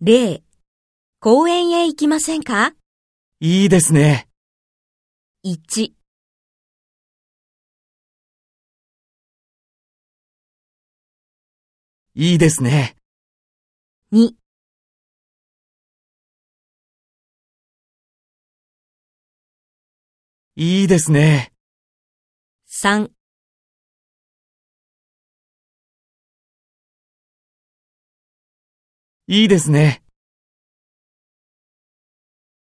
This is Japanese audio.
例、公園へ行きませんかいいですね。 ?1、いいですね。 2、いいですね。 3いいですね。